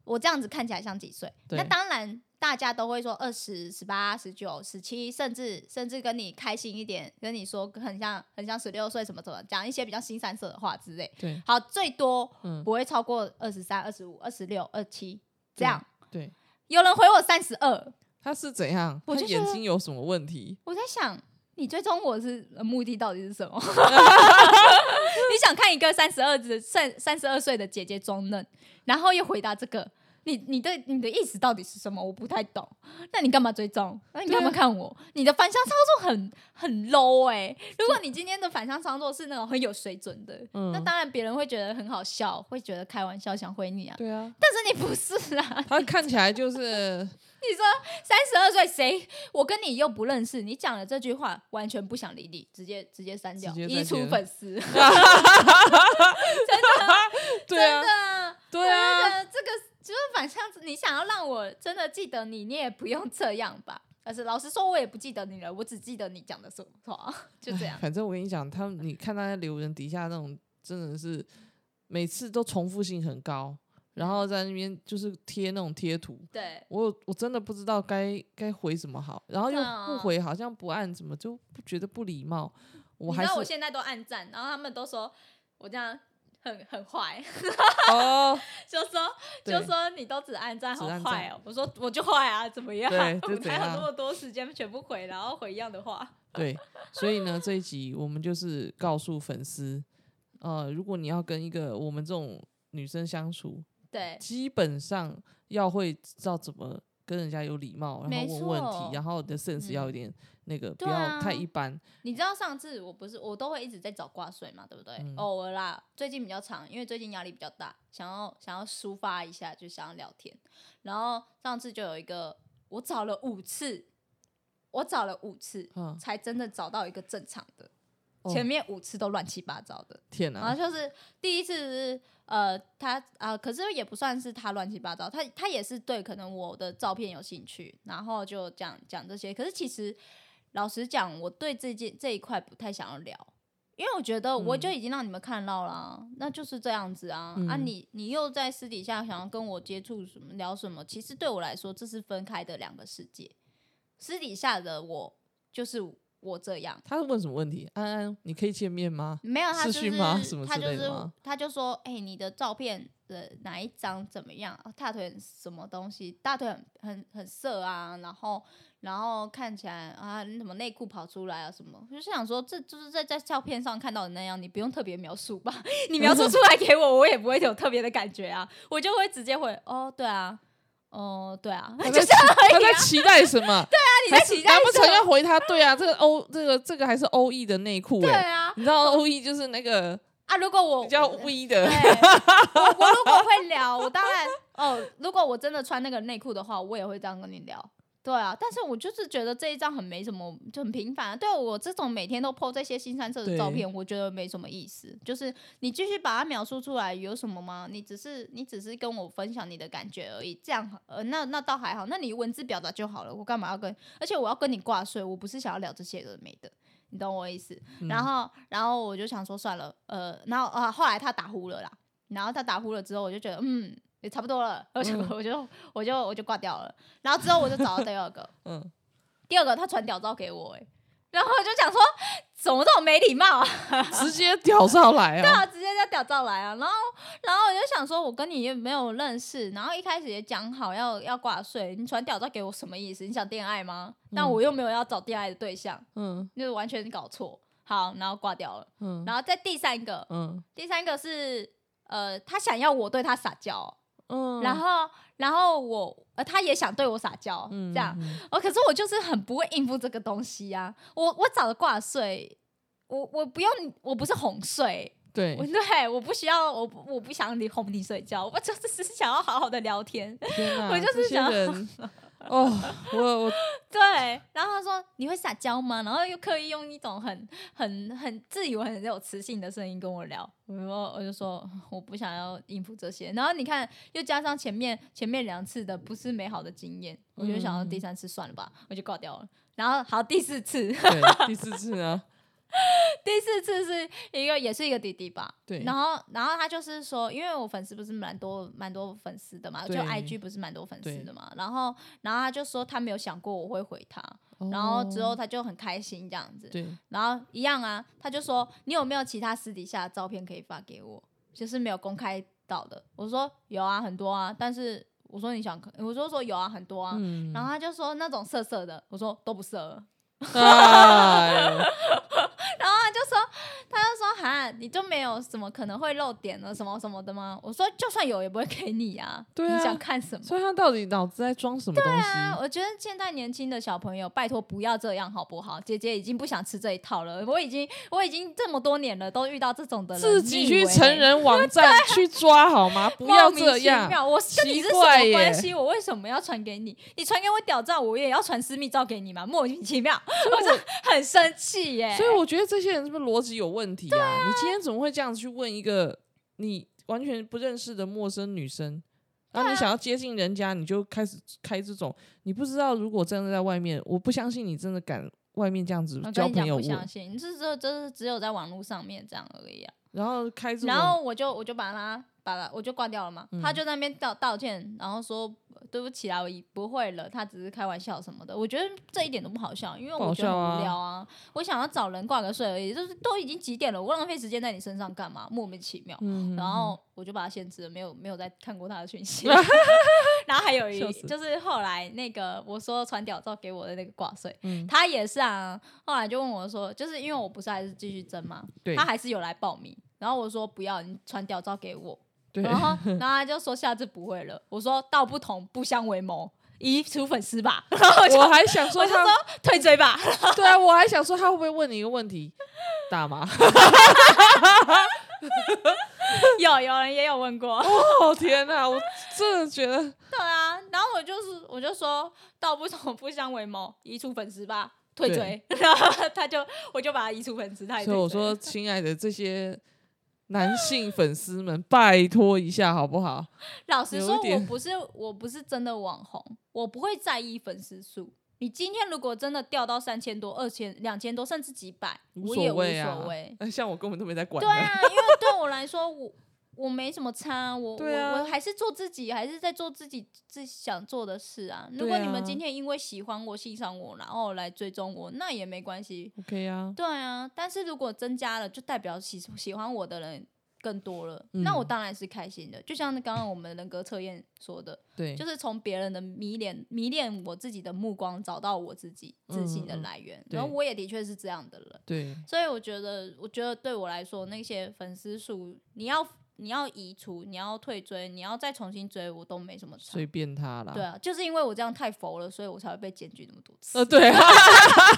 S3: 我这样子看起来像几岁？
S2: 对
S3: 那当然，大家都会说二十、十八、十九、十七，甚至甚至跟你开心一点，跟你说很像很像十六岁什么什么，讲一些比较新三色的话之类。
S2: 对，
S3: 好，最多
S2: 嗯，
S3: 不会超过二十三、二十五、二十六、二七这样。
S2: 对，
S3: 有人回我三十二，
S2: 他是怎样？
S3: 我
S2: 他
S3: 就觉
S2: 眼
S3: 得
S2: 睛有什么问题？
S3: 我在想，你追踪我是呃目的到底是什 么？你想看一个三十二的三三十二岁的姐姐装嫩，然后又回答这个，你你的你的意思到底是什么？我不太懂。那你干嘛追踪？那你干嘛
S2: 对啊
S3: 看我？你的反向操作很很 low 哎、如果你今天的反向操作是那种很有水准的，
S2: 嗯
S3: 那当然别人会觉得很好笑，会觉得开玩笑想回你啊。
S2: 对啊，
S3: 但是你不是啊，
S2: 他看起来就是
S3: 你说三十二岁谁？我跟你又不认识，你讲了这句话，完全不想理你，直接直接删掉，
S2: 直接
S3: 移
S2: 删
S3: 除
S2: 掉
S3: 粉丝。真
S2: 对啊，
S3: 的，
S2: 对啊
S3: 我就觉得这个就是反向，你想要让我真的记得你，你也不用这样吧。但是老实说，我也不记得你了，我只记得你讲的什么 话，就这
S2: 哎
S3: 样。
S2: 反正我跟你讲，他们你看他在留言底下那种，真的是每次都重复性很高，然后在那边就是贴那种贴图。
S3: 对，
S2: 我有我真的不知道该该回什么好，然后又
S3: 对啊
S2: 不回，好像不按什么就不觉得不礼貌。我
S3: 你
S2: 还
S3: 知
S2: 是
S3: 道我现在都暗赞，然后他们都说我这样很很坏，
S2: 哦，
S3: 就说就
S2: 对
S3: 说你都只按赞，
S2: 只
S3: 好
S2: 按赞
S3: 坏哦。我说我就坏啊，怎么样？
S2: 对就
S3: 我
S2: 怎
S3: 哪有
S2: 样
S3: 那么多时间全部回，然后回一样的话？
S2: 对，所以呢，这一集我们就是告诉粉丝，呃，如果你要跟一个我们这种女生相处，
S3: 对，
S2: 基本上要会知道怎么跟人家有礼貌，然
S3: 没
S2: 后问问
S3: 错嗯
S2: 题，然后你的 sense 要有点那个，
S3: 对
S2: 不要
S3: 啊
S2: 太一般。
S3: 你知道上次我不是我都会一直在找挂水嘛，对不对？
S2: 嗯
S3: 偶尔啦，最近比较长，因为最近压力比较大，想要想要抒发一下，就想要聊天。然后上次就有一个，我找了五次，我找了五次，
S2: 嗯
S3: 才真的找到一个正常的，
S2: 哦
S3: 前面五次都乱七八糟的。
S2: 天
S3: 然后
S2: 哪，
S3: 就是第一次是呃，他啊、可是也不算是他乱七八糟，他他也是对可能我的照片有兴趣，然后就讲讲这些。可是其实老实讲，我对这件这一块不太想要聊，因为我觉得我就已经让你们看到了啊、那就是这样子啊、啊
S2: 嗯
S3: 你，你又在私底下想要跟我接触什么聊什么，其实对我来说这是分开的两个世界，私底下的我就是我这样。
S2: 他问什么问题？安安，你可以见面吗？
S3: 没有，他就
S2: 视
S3: 是
S2: 讯吗什么
S3: 他
S2: 之
S3: 就
S2: 类的
S3: 是
S2: 吗
S3: 他就说，哎、你的照片的哪一张怎么样？哦大腿很什么东西？大腿很很很涩啊，然后然后看起来啊，你怎么内裤跑出来啊？什么？就是想说，这就是在在照片上看到的那样，你不用特别描述吧？ 你描述出来给我，我也不会有特别的感觉啊，我就会直接回，哦，对啊，哦，对啊，
S2: 他
S3: 就
S2: 在
S3: 是
S2: 期他在期待 什么？对啊，
S3: 你在期待
S2: 难不
S3: 什
S2: 成
S3: 么
S2: 要回他？对啊，这个欧，这个这个还是欧 E 的内裤
S3: 对
S2: 哎、
S3: 啊
S2: 你知道欧 E 就是那个
S3: 啊！如果我
S2: 比较 V 的，
S3: 对，我我如果会聊，我当然哦，如果我真的穿那个内裤的话，我也会这样跟你聊。对啊，但是我就是觉得这一张很没什么，就很平凡、啊。对我这种每天都 po 这些新三色的
S2: 对
S3: 照片，我觉得没什么意思。就是你继续把它描述出来有什么吗？你只是你只是跟我分享你的感觉而已，这样呃，那那倒还好。那你文字表达就好了，我干嘛要跟？而且我要跟你挂睡，我不是想要聊这些有的没的，你懂我意思？然后，然后我就想说算了，呃，然后啊，后来他打呼了啦，然后他打呼了之后，我就觉得嗯，也差不多了， 我就、我就我就我就挂掉了。然后之后我就找到第二个，
S2: 嗯，
S3: 第二个他传屌照给我、欸，然后我就想说怎么这么没礼貌啊，
S2: 直接屌上来啊！
S3: 啊，直接叫屌照来啊。然后，然后我就想说，我跟你也没有认识，然后一开始也讲好要要挂睡，你传屌照给我什么意思？你想恋爱吗？但我又没有要找恋爱的对象，
S2: 嗯
S3: 就是完全搞错。好，然后挂掉了。
S2: 嗯
S3: 然后再第三个，
S2: 嗯
S3: 第三个是呃，他想要我对他撒娇哦、
S2: 嗯，
S3: 然后然后我呃，他也想对我撒娇，
S2: 嗯
S3: 这样。
S2: 嗯嗯
S3: 哦，可是我就是很不会应付这个东西啊。我我找了挂睡，我我不用，我不是哄睡，
S2: 对
S3: 我，对我不需要，我不 我不想你哄你睡觉，我就是只是想要好好的聊天。
S2: 天哪
S3: 我就是
S2: 这些
S3: 想
S2: 人哦，我我
S3: 对，然后他说你会撒娇吗？然后又刻意用一种很很很自以为很有磁性的声音跟我聊，我就说我就说我不想要应付这些。然后你看，又加上前面前面两次的不是美好的经验，我就想到第三次算了吧，我就挂掉了。然后好，第四次，
S2: 对第四次啊，
S3: 第四次是一个也是一个弟弟吧，
S2: 对
S3: 然后然后他就是说，因为我粉丝不是蛮多蛮多粉丝的嘛，就
S2: 对
S3: IG 不是蛮多粉丝
S2: 对
S3: 的嘛，然后然后他就说他没有想过我会回他，
S2: 哦
S3: 然后之后他就很开心这样子，
S2: 对
S3: 然后一样啊，他就说你有没有其他私底下的照片可以发给我，就是没有公开到的。我说有啊，很多啊，但是我说你想，我就说有啊，很多啊，
S2: 嗯
S3: 然后他就说那种色色的，我说都不色。
S2: 哎呦
S3: 然后他就说，他就说哈，你就没有什么可能会露点了什么什么的吗？我说就算有也不会给你啊，
S2: 对啊
S3: 你想看什么？
S2: 所以他到底脑子在装什么东
S3: 啊，
S2: 西？
S3: 我觉得现在年轻的小朋友，拜托不要这样好不好？姐姐已经不想吃这一套了，我已经我已经这么多年了，都遇到这种的人，
S2: 自己
S3: 你以
S2: 去
S3: 为
S2: 成人 网站去抓好吗？不要
S3: 莫名
S2: 这
S3: 其
S2: 样，
S3: 妙我跟你是
S2: 奇
S3: 什
S2: 怪
S3: 么
S2: 耶
S3: 关系？我为什么要传给你？你传给我屌照，我也要传私密照给你吗？莫名其妙，我真的很生气耶、
S2: 所以我觉得这些人是不是逻辑有问题啊？你今天怎么会这样子去问一个你完全不认识的陌生女生？然
S3: 啊
S2: 后你想要接近人家，你就开始开这种，你不知道如果真的在外面，我不相信你真的敢外面这样子
S3: 我嗯跟
S2: 交
S3: 你
S2: 朋
S3: 讲，
S2: 友
S3: 不
S2: 问，
S3: 相信，这这这是只有在网络上面这样而已啊。
S2: 然后开这种，
S3: 然后我就我就把他把他我就挂掉了嘛，
S2: 嗯
S3: 他就在那边道道歉，然后说呃对不起啊，我不会了，他只是开玩笑什么的。我觉得这一点都不好笑，因为
S2: 不好
S3: 我觉得
S2: 笑啊
S3: 很无聊啊，我想要找人挂个睡而已，就是都已经几点了，我浪费时间在你身上干嘛？莫名其妙。
S2: 嗯
S3: 然后我就把他限制了，没有没有再看过他的讯 息。然后还有一
S2: 笑死
S3: 就是后来那个我说传屌照给我的那个挂碎，
S2: 嗯
S3: 他也是啊。后来就问我说，就是因为我不是还是继续争嘛，
S2: 对
S3: 他还是有来报名。然后我说不要，你传屌照给我。
S2: 对，
S3: 然后然后他就说下次不会了。我说道不同不相为谋，移除粉丝吧， 然后我就
S2: 我还想说
S3: 我就
S2: 他
S3: 说，退追吧。
S2: 对啊，我还想说他会不会问你一个问题，大妈？
S3: 有有人也有问过。
S2: 哦天哪，我真的觉得
S3: 对啊，然后我就是我就说道不同不相为谋，移除粉丝吧，退追。 然后他就我就把他移除粉丝，他也
S2: 所以
S3: 退
S2: 我
S3: 追
S2: 说，亲爱的这些男性粉丝们，拜托一下好不好？
S3: 老实
S2: 有
S3: 说，
S2: 一
S3: 我
S2: 点
S3: 不是我不是真的网红，我不会在意粉丝数。你今天如果真的掉到三千多、二千、两千多，甚至几百，
S2: 无
S3: 我也
S2: 所
S3: 无
S2: 谓啊
S3: 所谓。
S2: 那像我根本都没在管
S3: 对
S2: 的。
S3: 啊，因为对我来说，我我没什么差，我、
S2: 对啊
S3: 我我还是做自己，还是在做自己自己想做的事啊。如
S2: 对
S3: 果你们
S2: 啊
S3: 今天因为喜欢我、欣赏我，然后来追踪我，那也没关系。
S2: OK 啊，
S3: 对啊，但是如果增加了，就代表喜喜欢我的人更多了，
S2: 嗯
S3: 那我当然是开心的。就像刚刚我们人格测验说的，
S2: 对，
S3: 就是从别人的迷恋迷恋我自己的目光，找到我自己自信的
S2: 嗯嗯嗯
S3: 来源。
S2: 对
S3: 然后我也的确是这样的人，
S2: 对，
S3: 所以我觉得，我觉得对我来说，那些粉丝数，你要你要移除，你要退追，你要再重新追，我都没什么差。
S2: 随便他啦。
S3: 对啊，就是因为我这样太佛了，所以我才会被检举那么多次。
S2: 呃，对 啊，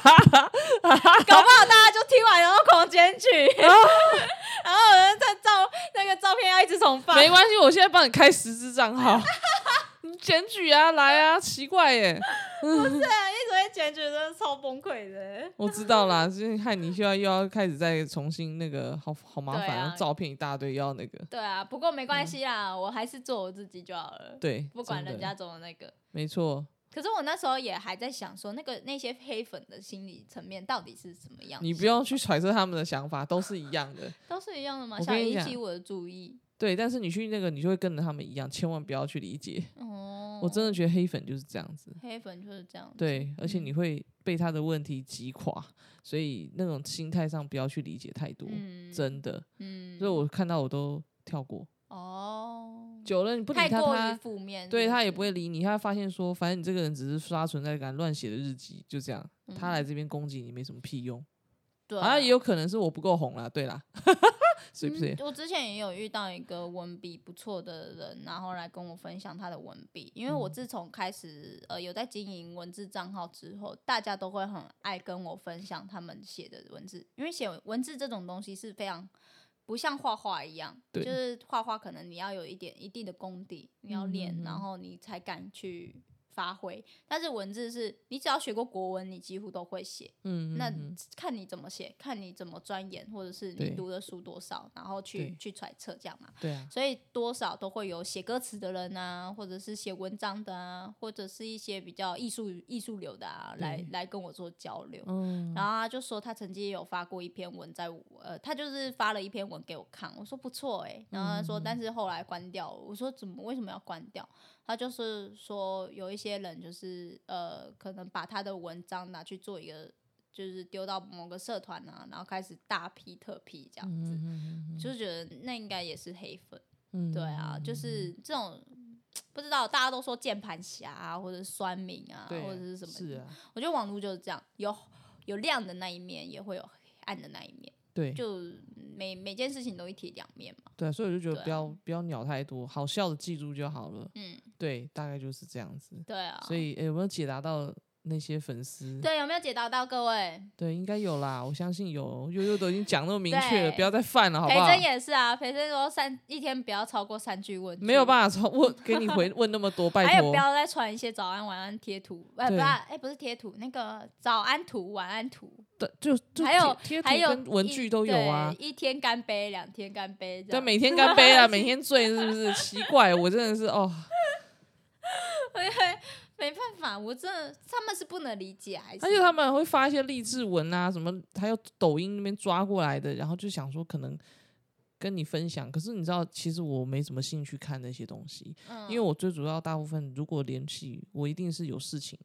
S3: 搞不好大家就听完然后狂检 举，然后有人在照那个照片要一直重放。
S2: 没关系，我现在帮你开十支账号， 你检举啊，来啊，奇怪耶，
S3: 对啊，一直被检举，真的超崩溃的。
S2: 我知道啦，就是害你需要又要开始再重新那个，好好麻
S3: 对
S2: 烦，
S3: 啊
S2: 然后照片一大堆，要那个，
S3: 对啊，不过没关系啦，我还是做我自己就好了，
S2: 对，
S3: 不管
S2: 嗯真
S3: 人
S2: 的
S3: 家怎么那个。
S2: 没错，
S3: 可是我那时候也还在想说，那个那些黑粉的心理层面到底是什么样？
S2: 你不用去揣测他们的想法，都是一样的。
S3: 都是一样的吗？
S2: 我
S3: 想
S2: 跟你
S3: 引
S2: 讲
S3: 起我的注意。
S2: 对，但是你去那个，你就会跟着他们一样，千万不要去理解。
S3: 哦，
S2: 我真的觉得黑粉就是这样子，
S3: 黑粉就是这样。，
S2: 对，而且
S3: 嗯
S2: 你会被他的问题击垮，所以那种心态上不要去理解太多，
S3: 嗯
S2: 真的。
S3: 嗯，
S2: 所以我看到我都跳过，
S3: 哦，
S2: 久了你不理
S3: 太
S2: 他，
S3: 过于
S2: 他
S3: 负面，
S2: 对他也
S3: 是
S2: 不会理你，他会发现说，反正你这个人只是刷存在感、乱写的日记，就这样。他来这边攻击你没什么屁用，
S3: 嗯对啊
S2: 好像也有可能是我不够红啦，对啦， 是不是
S3: 嗯？我之前也有遇到一个文笔不错的人，然后来跟我分享他的文笔，因为
S2: 嗯
S3: 我自从开始呃有在经营文字账号之后，大家都会很爱跟我分享他们写的文字，因为写文字这种东西是非常。不像画画一样，就
S2: 对
S3: 是画画可能你要有一点一定的功底，你要练，
S2: 嗯嗯嗯
S3: 然后你才敢去发挥。但是文字是你只要学过国文，你几乎都会写。
S2: 嗯，
S3: 那
S2: 嗯嗯
S3: 看你怎么写，看你怎么钻研，或者是
S2: 对
S3: 你读的书多少，然后去
S2: 对
S3: 去揣测这样嘛。
S2: 对啊，
S3: 所以多少都会有写歌词的人啊，或者是写文章的啊，或者是一些比较艺术艺术流的啊，来
S2: 对
S3: 来跟我做交流。
S2: 嗯，
S3: 然后他就说他曾经有发过一篇文在我，呃，他就是发了一篇文给我看，我说不错哎、然后他
S2: 嗯
S3: 说但是后来关掉了，我说怎么为什么要关掉？他就是说有一些人就是呃，可能把他的文章拿去做一个，就是丢到某个社团啊，然后开始大批特批这样子，
S2: 嗯
S3: 就觉得那应该也是黑粉，
S2: 嗯
S3: 对啊，就是这种。不知道，大家都说键盘侠啊，或者是酸民啊，
S2: 对啊
S3: 或者是什么
S2: 是啊，
S3: 我觉得网络就是这样，有有亮的那一面，也会有黑暗的那一面，
S2: 对
S3: 就每每件事情都一体两面嘛。
S2: 对啊，所以我就觉
S3: 对啊
S2: 得不要不要鸟太多，好笑的记住就好了。
S3: 嗯，
S2: 对，大概就是这样子。
S3: 对啊。
S2: 所以诶有没有解答到那些粉丝？
S3: 对，有没有解答到各位？
S2: 对，应该有啦，我相信有。悠悠都已经讲那么明确了，
S3: 对
S2: 不要再犯了，好
S3: 培
S2: 不好？
S3: 真也是啊，培真说三一天不要超过三句问句，
S2: 没有办法从问给你回问那么多，
S3: 还
S2: 拜
S3: 有
S2: 托
S3: 不。要再传一些早安晚安贴图，呃，不
S2: 对
S3: 是，哎，不是贴图，那个早安图、晚安图，
S2: 对就就
S3: 还有
S2: 贴贴
S3: 还
S2: 图
S3: 有
S2: 跟文
S3: 一
S2: 具都有啊
S3: 对。一天干杯，两天干杯，这
S2: 对，
S3: 样。
S2: 每天干杯啊，每天醉是不是？奇怪，我真的是哦，
S3: 没办法，我真的他们是不能理解，还是
S2: 而且他们会发一些励志文啊，什么还有抖音那边抓过来的，然后就想说可能跟你分享，可是你知道，其实我没什么兴趣看那些东西，
S3: 嗯
S2: 因为我最主要大部分如果联系，我一定是有事情，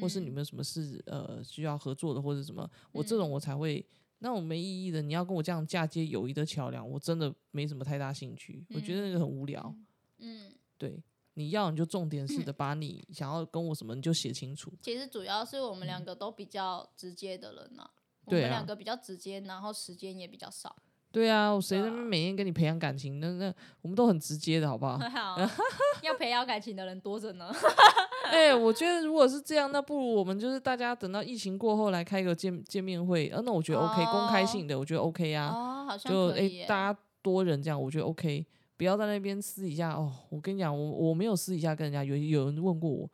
S2: 或是你
S3: 嗯
S2: 们有什么事呃需要合作的或者什么，我这种我才会。那种没意义的，你要跟我这样嫁接友谊的桥梁，我真的没什么太大兴趣。我觉得那个很无聊。
S3: 嗯，
S2: 对，你要你就重点式的把你想要跟我什么你就写清楚。
S3: 其实主要是我们两个都比较直接的人呢、我
S2: 嗯对
S3: 们
S2: 啊
S3: 两个比较直接，然后时间也比较少。
S2: 对啊，我谁
S3: 对
S2: 在
S3: 啊
S2: 那边每天跟你培养感情？那那我们都很直接的好不好？
S3: 很好，要培养感情的人多着呢。
S2: 哎、我觉得如果是这样，那不如我们就是大家等到疫情过后来开个见见面会。啊，那我觉得 OK，、公开性的我觉得 OK 啊，
S3: 哦，好像
S2: 就
S3: 可
S2: 哎、
S3: 以耶、
S2: 大家多人这样，我觉得 OK。不要在那边私底下哦，我跟你讲，我我没有私底下跟人家有有人问过我，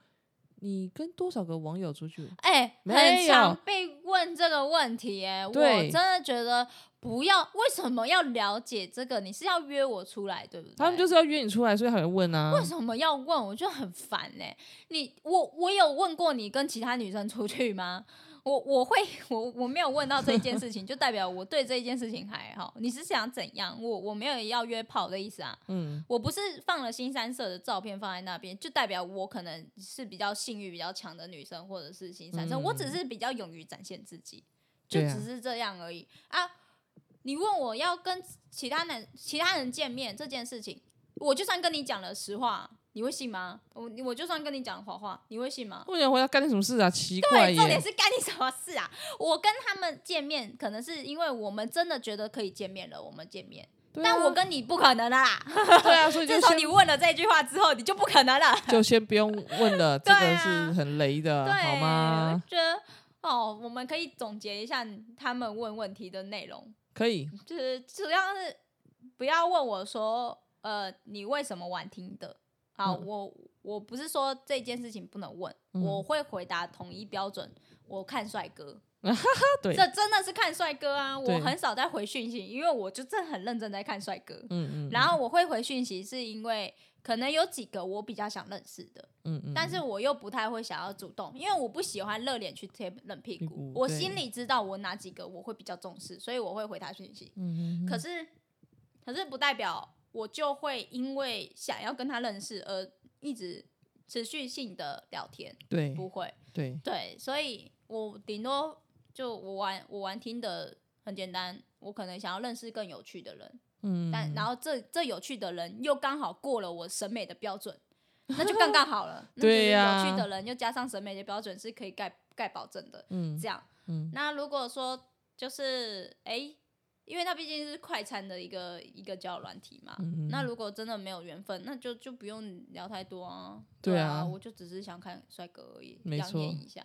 S2: 你跟多少个网友出去？
S3: 哎、很
S2: 没有
S3: 常被问这个问题耶、我
S2: 对
S3: 真的觉得不要，为什么要了解这个？你是要约我出来，对不对？
S2: 他们就是要约你出来，所以才会问啊。
S3: 为什么要问？我觉得很烦呢、你我我有问过你跟其他女生出去吗？我我会我我没有问到这件事情，就代表我对这件事情还好。你是想怎样？我我没有要约炮的意思啊。
S2: 嗯，
S3: 我不是放了新三色的照片放在那边，就代表我可能是比较性欲比较强的女生，或者是新三色。
S2: 嗯
S3: 我只是比较勇于展现自己，就
S2: 对啊
S3: 只是这样而已啊。你问我要跟其他男其他人见面这件事情，我就算跟你讲了实话，你会信吗？我我就算跟你讲谎话，你会信吗？
S2: 我想回答干你什么事啊？奇怪
S3: 对，重点
S2: 耶！
S3: 是干你什么事啊？我跟他们见面，可能是因为我们真的觉得可以见面了，我们见面。
S2: 对啊
S3: 但我跟你不可能的啦。
S2: 对啊，所以就
S3: 自从
S2: 先
S3: 你问了这句话之后，你就不可能了。
S2: 就先不用问了，这
S3: 对
S2: 个
S3: 啊
S2: 是很雷的，
S3: 对，
S2: 好
S3: 我
S2: 吗？
S3: 就觉得哦，我们可以总结一下他们问问题的内容，
S2: 可以，
S3: 就是主要是不要问我说，呃，你为什么晚听的？好，
S2: 嗯
S3: 我我不是说这件事情不能问，
S2: 嗯
S3: 我会回答统一标准。我看帅哥，
S2: 对，
S3: 这真的是看帅哥啊！我
S2: 对
S3: 很少在回讯息，因为我就真的很认真在看帅哥。
S2: 嗯嗯，
S3: 然后我会回讯息，是因为可能有几个我比较想认识的，
S2: 嗯嗯，
S3: 但是我又不太会想要主动，因为我不喜欢热脸去贴冷屁
S2: 屁
S3: 股
S2: 股。
S3: 我
S2: 对
S3: 心里知道我哪几个我会比较重视，所以我会回他讯息。
S2: 嗯，嗯嗯
S3: 可是，可是不代表我就会因为想要跟他认识而一直持续性的聊天，
S2: 对
S3: 不会。
S2: 对，
S3: 对，所以我顶多就我玩我玩听的很简单，我可能想要认识更有趣的人，
S2: 嗯，
S3: 但然后这这有趣的人又刚好过了我审美的标准，那就刚刚好 了。那就是
S2: 对呀
S3: 有趣的人又加上审美的标准是可以盖盖保证的。
S2: 嗯
S3: 这样，
S2: 嗯
S3: 那如果说就是哎、诶因为它毕竟是快餐的一个一个交友软体嘛，
S2: 嗯嗯
S3: 那如果真的没有缘分，那就就不用聊太多啊。
S2: 对
S3: 啊，
S2: 啊
S3: 我就只是想看帅哥而已，
S2: 没
S3: 养
S2: 错
S3: 眼一 下。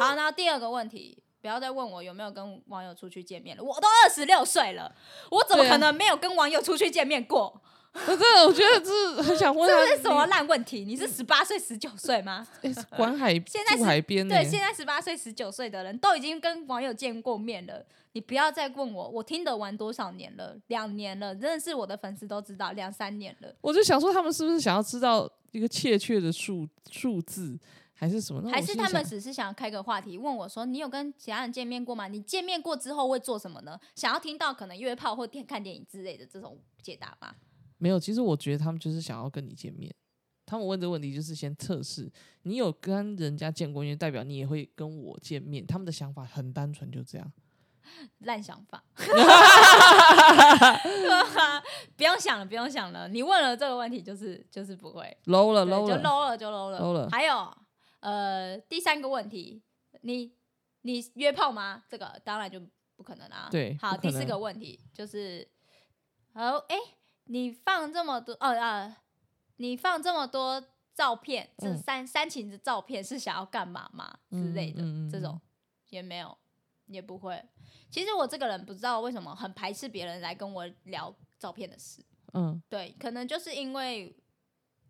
S3: 好，然后第二个问题。不要再问我有没有跟网友出去见面了，我都二十六岁了，我怎么
S2: 对啊
S3: 可能没有跟网友出去见面过？
S2: 我真的我觉得这很想问他，
S3: 这是什么烂问题？你是十八岁、十九岁吗？
S2: 你？哎管海
S3: 现在
S2: 住
S3: 是
S2: 海边呢、
S3: 对，现在十八岁、十九岁的人都已经跟网友见过面了，你不要再问我，我听得玩多少年了？两年了，真的是我的粉丝都知道，两三年了，
S2: 我就想说他们是不是想要知道一个确切的数数字还是什么？那哦我
S3: 还是
S2: 心
S3: 他
S2: 想
S3: 们只是想要开个话题，问我说你有跟其他人见面过吗？你见面过之后会做什么呢？想要听到可能约炮或电看电影之类的这种解答吗？
S2: 没有，其实我觉得他们就是想要跟你见面。他们问这个问题就是先测试你有跟人家见过面，代表你也会跟我见面。他们的想法很单纯，就这样。
S3: 烂想 法， 不用想了，不用想了。你问了这个问题，就是就是不会
S2: low 了
S3: 对
S2: ，low
S3: 就
S2: 了，
S3: low 了，就 low 了
S2: low 了
S3: 还有呃，第三个问题，你你约炮吗？这个当然就不可能啊。
S2: 对
S3: 好，
S2: 不可
S3: 第
S2: 能
S3: 四个问题就是，哦，哎、你放这么多，哦啊，你放这么多照片，这
S2: 嗯
S3: 三、三情的照片是想要干嘛吗？之类的，
S2: 嗯嗯嗯嗯
S3: 这种也没有，也不会。其实我这个人不知道为什么很排斥别人来跟我聊照片的事。
S2: 嗯
S3: 对，可能就是因为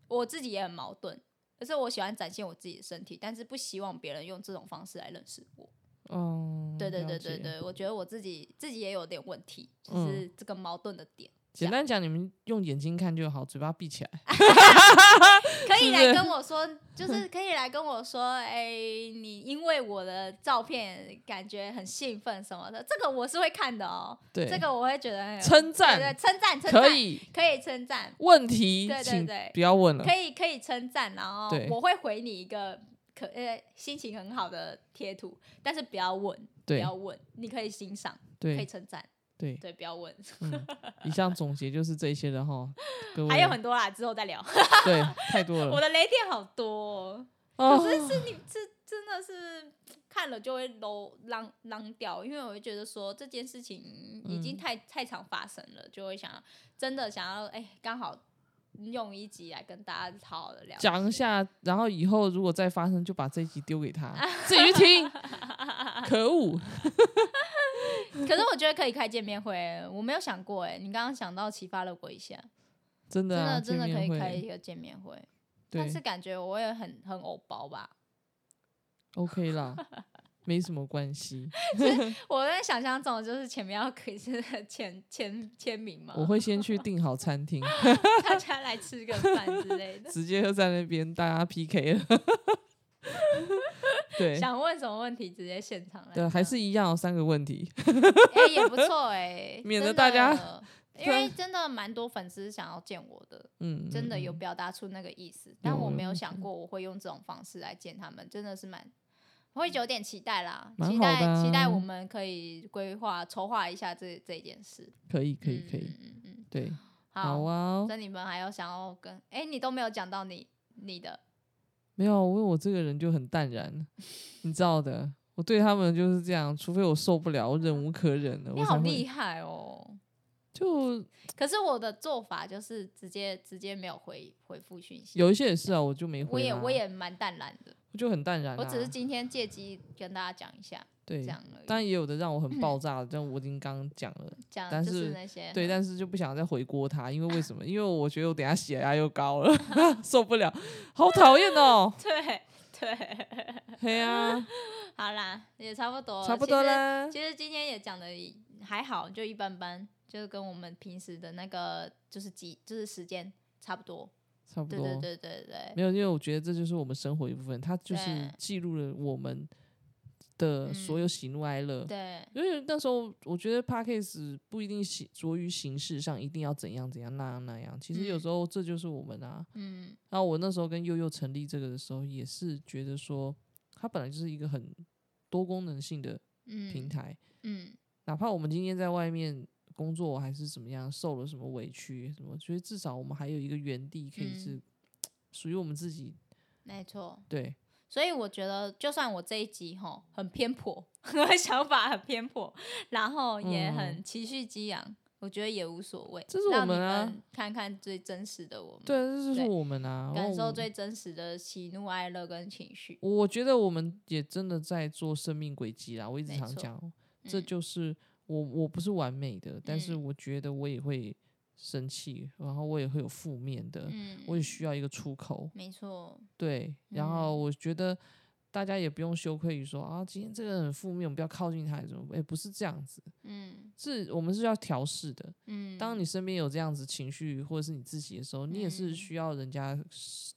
S3: 我自己也很矛盾，可是我喜欢展现我自己的身体，但是不希望别人用这种方式来认识我。
S2: 嗯，
S3: 对对
S2: 了
S3: 对对
S2: 解。
S3: 对，我觉得我自己自己也有点问题，就
S2: 嗯
S3: 是这个矛盾的点。
S2: 简单讲，你们用眼睛看就好，嘴巴闭起来。
S3: 可以
S2: 是不
S3: 来
S2: 是
S3: 跟我说， 就是可以来跟我说，哎、你因为我的照片感觉很兴奋什么的，这个我是会看的哦。
S2: 对，
S3: 这个我会觉得很有
S2: 称赞
S3: 对对称赞，称赞
S2: 可以。
S3: 可以称赞，
S2: 问题
S3: 对对
S2: 请
S3: 对
S2: 不要问了
S3: 可。以可以称赞，然后
S2: 嗯对
S3: 我会回你一个可呃心情很好的贴图，但是不要问，不
S2: 对
S3: 要问，你可以欣赏，可以
S2: 对
S3: 称赞，
S2: 对，
S3: 对，不要问。
S2: 嗯，以上总结就是这些 了哈。各位，
S3: 还有很多啦，之后再聊。
S2: 对，太多
S3: 我
S2: 了。
S3: 的雷点好多、哦，
S2: 哦
S3: 可是是你这真的是看了就会 low 浪浪掉，因为我会觉得说这件事情已经
S2: 嗯
S3: 太、太常发生了，就会想要真的想要哎，刚、好用一集来跟大家好好的聊。
S2: 讲一下，然后以后如果再发生，就把这一集丢 给他自己去听。可恶！
S3: 可是我觉得可以开见面会，我没有想过哎，你刚刚想到启发了我一下，
S2: 真
S3: 真
S2: 的啊，
S3: 的真的
S2: 见
S3: 可
S2: 面
S3: 以
S2: 会
S3: 开一个见面会，但是
S2: 对
S3: 感觉我也很很偶包吧。
S2: ，OK 啦，没什么关系。
S3: 我在想象中就是前面要可以是 签签签名嘛，
S2: 我会先去订好餐厅，
S3: 大家来吃个饭之类 的。
S2: 直接就在那边大家 PK 了。 对
S3: 想问什么问题，直接现场来
S2: 对，啊
S3: 讲。
S2: 还是一样有三个问题。
S3: 哎、也不错哎、
S2: 免
S3: 真
S2: 得大家
S3: 的。因为真的蛮多粉丝想要见我的，
S2: 嗯，
S3: 真的
S2: 嗯
S3: 有
S2: 嗯
S3: 表达出那个意思，但
S2: 有
S3: 我
S2: 有
S3: 没有
S2: 有
S3: 想过我会用这种方式来见他们，真的是蛮会有点期待啦，
S2: 蛮
S3: 期
S2: 好的
S3: 待期待
S2: 啊
S3: 我们可以规划筹划一下这这件事，
S2: 可以可以可以
S3: 嗯，嗯嗯嗯，
S2: 对，
S3: 好
S2: 好。啊
S3: 那。你们还有想要跟哎、你都没有讲到你你的
S2: 没有，因为我这个人就很淡然， 你知道的。我对他们就是这样，除非我受不了，我忍无可忍了，
S3: 你
S2: 我
S3: 好
S2: 才
S3: 厉
S2: 会
S3: 害哦，
S2: 就
S3: 可是我的做法就是直接直接没有回回复讯息，
S2: 有一些也是啊，我就没回、啊。
S3: 我也我也蛮淡然的，
S2: 我就很淡然、啊。
S3: 我只是今天借机跟大家讲一下这
S2: 对，
S3: 样而已，
S2: 当然也有的让 我很爆炸的，但我已经刚刚讲了。
S3: 讲
S2: 但
S3: 就是
S2: 是
S3: 那些。
S2: 对，但是就不想再回锅他，因为为什么？因为我觉得我等一下血压又高了， 受不了，好讨厌哦
S3: 对对。
S2: 嘿啊，
S3: 好啦，也差不多了，
S2: 差不多
S3: 了。
S2: 啦。
S3: 哦其实今天也讲的还好，就一般般，就是跟我们平时的那个就是几就是时间差不多。
S2: 差不
S3: 对
S2: 多。
S3: 对对对对，
S2: 没有，因为我觉得这就是我们生活一部分，它就是
S3: 对
S2: 记录了我们的所有喜怒哀乐。
S3: 嗯对
S2: 因为那时候我觉得 p a c k a s e 不一定形着于形式上一定要怎样怎样那样那样，其实有
S3: 嗯
S2: 时候这就是我们啊。
S3: 嗯
S2: 然后我那时候跟悠悠成立这个的时候，也是觉得说，它本来就是一个很多功能性的
S3: 嗯，
S2: 平台，
S3: 嗯
S2: 哪怕我们今天在外面工作还是怎么样，受了什么委屈什么，觉得至少我们还有一个原地可以
S3: 嗯嗯
S2: 是属于我们自己。
S3: 没错。
S2: 对，
S3: 所以我觉得，就算我这一集吼很偏颇， 我的想法很偏颇，然后也很情绪激昂，我觉得也无所谓。
S2: 嗯这是我们啊
S3: 让你们看看最真实的我们，
S2: 对，这就是
S3: 对
S2: 我们啊，然
S3: 感
S2: 后
S3: 受
S2: 我
S3: 最真实的喜怒哀乐跟情绪。
S2: 我觉得我们也真的在做生命轨迹啦。我一直
S3: 没
S2: 常
S3: 错
S2: 讲，这
S3: 嗯
S2: 就是我我不是完美的，但是
S3: 嗯
S2: 我觉得我也会生气，然后我也会有负面的，
S3: 嗯，
S2: 我也需要一个出口。
S3: 没错，
S2: 对，
S3: 嗯
S2: 然后我觉得大家也不用羞愧于说啊，今天这个人很负面，我们不要靠近他，怎么？哎，不是这样子，
S3: 嗯
S2: 是我们是要调试的。
S3: 嗯，
S2: 当你身边有这样子情绪或者是你自己的时候，你也是
S3: 嗯
S2: 需要人家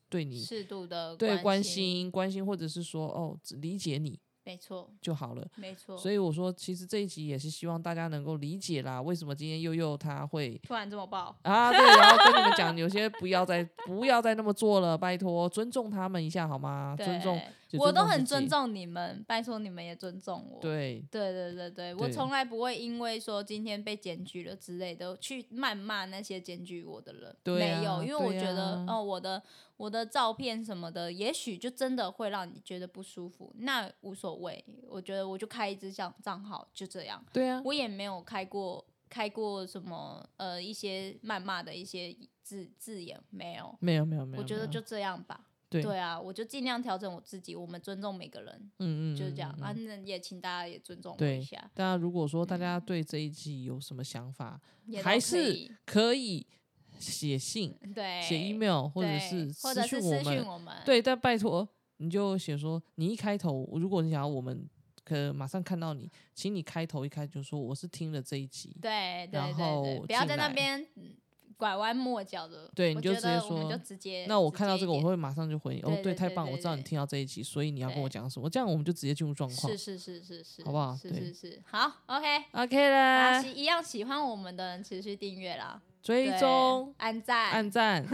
S2: 对你
S3: 适度的
S2: 对关
S3: 心，
S2: 心关心，或者是说哦只理解你
S3: 没错，
S2: 就好了。
S3: 没错，
S2: 所
S3: 以
S2: 以我说，其实这一集也是希望大家能够理解啦，为什么今天悠悠他会
S3: 突然这么爆，
S2: 啊，对，然后跟你们讲，有些不要再不要再那么做了，拜托，尊重他们一下好吗？尊重
S3: 对，
S2: 就
S3: 我
S2: 尊
S3: 都
S2: 重
S3: 很
S2: 自己
S3: 尊重你们，拜托你们也尊重我，
S2: 对
S3: 对对对对，我
S2: 对
S3: 从来不会因为说今天被检举了之类的去谩骂那些检举我的人，
S2: 对啊
S3: 没有，因为我
S2: 对
S3: 觉得
S2: 啊
S3: 哦、我的我的照片什么的，也许就真的会让你觉得不舒服，那无所谓，我觉得我就开一只账账号就这样，
S2: 对啊，
S3: 我也没有开过开过什么呃一些谩骂的一些字字眼，没有，
S2: 没有没有没有，
S3: 我觉得
S2: 没有
S3: 就这样吧，
S2: 对
S3: 对啊，我就尽量调整我自己，我们尊重每个人，
S2: 嗯嗯，
S3: 就是这
S2: 嗯
S3: 样、
S2: 嗯
S3: 啊，那也请大家也尊重我
S2: 对
S3: 一下，
S2: 大家如果说大
S3: 嗯
S2: 家对这一季有什么想法，
S3: 也都
S2: 还
S3: 可以
S2: 是可以写信、
S3: 对
S2: 写 email 或者
S3: 对
S2: 是
S3: 或者是
S2: 私讯
S3: 私
S2: 我
S3: 讯
S2: 们。
S3: 我们，
S2: 对，但拜托你就写说，你一开头，如果你想要我们可马上看到你，请你开头一开就说我是听了这一集，
S3: 对对
S2: 然
S3: 对对，
S2: 后
S3: 不要
S2: 进
S3: 在那
S2: 来
S3: 边嗯拐弯抹角的，
S2: 对
S3: 我
S2: 你就
S3: 觉
S2: 直接
S3: 得我们
S2: 说
S3: 就直接，
S2: 那我
S3: 直
S2: 看到
S3: 接
S2: 这
S3: 一
S2: 个我
S3: 点
S2: 会马上就回应。哦
S3: 对，对
S2: 对，太
S3: 对
S2: 棒，
S3: 对
S2: 我知道你
S3: 对
S2: 听到这一集，所以你要跟我
S3: 对
S2: 讲什么，这样我们就直接进入状况
S3: 是。是是是是，
S2: 好不好
S3: 是
S2: 对
S3: 是是，好，OK。
S2: OK
S3: 啊，
S2: 啦，
S3: 喜一样喜欢我们的人持续订阅啦，
S2: 追
S3: 对
S2: 踪、
S3: 按赞，
S2: 按赞，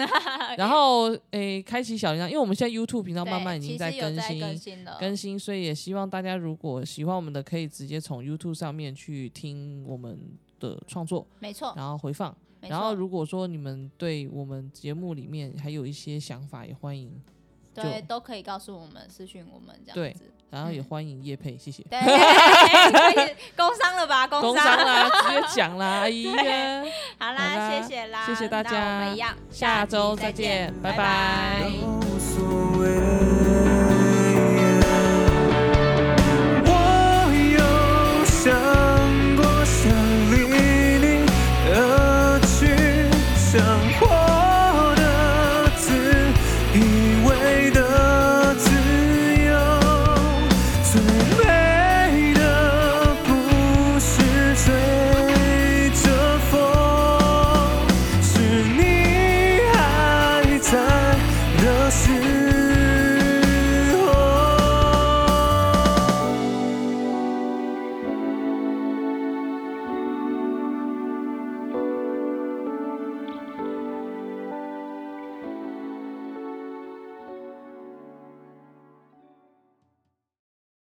S2: 然后诶，开启小铃铛，因为我们现在 YouTube 频道慢
S3: 对
S2: 慢已
S3: 其
S2: 经
S3: 实有
S2: 更
S3: 在
S2: 新，
S3: 更新了，
S2: 更新，所以也希望大家如果喜欢我们的，可以直接从 YouTube 上面去听我们的创作，
S3: 没错，
S2: 然后回放。
S3: 哦没
S2: 然后
S3: 错，
S2: 如果说你们对我们节目里面还有一些想法，也欢迎，
S3: 对，
S2: 就
S3: 都可以告诉我们，私讯我们这
S2: 对
S3: 样子，
S2: 然后也
S3: 嗯
S2: 欢迎叶佩，谢谢。
S3: 对，可以工商了吧，
S2: 工
S3: 工
S2: 商啦，直接讲啦，阿姨呀，
S3: 好
S2: 好
S3: 啦，
S2: 啦
S3: 谢谢啦，
S2: 谢谢大
S3: 那我
S2: 家
S3: 们一样，
S2: 下周
S3: 期
S2: 再
S3: 再
S2: 见，拜
S3: 拜拜
S1: 都无所谓。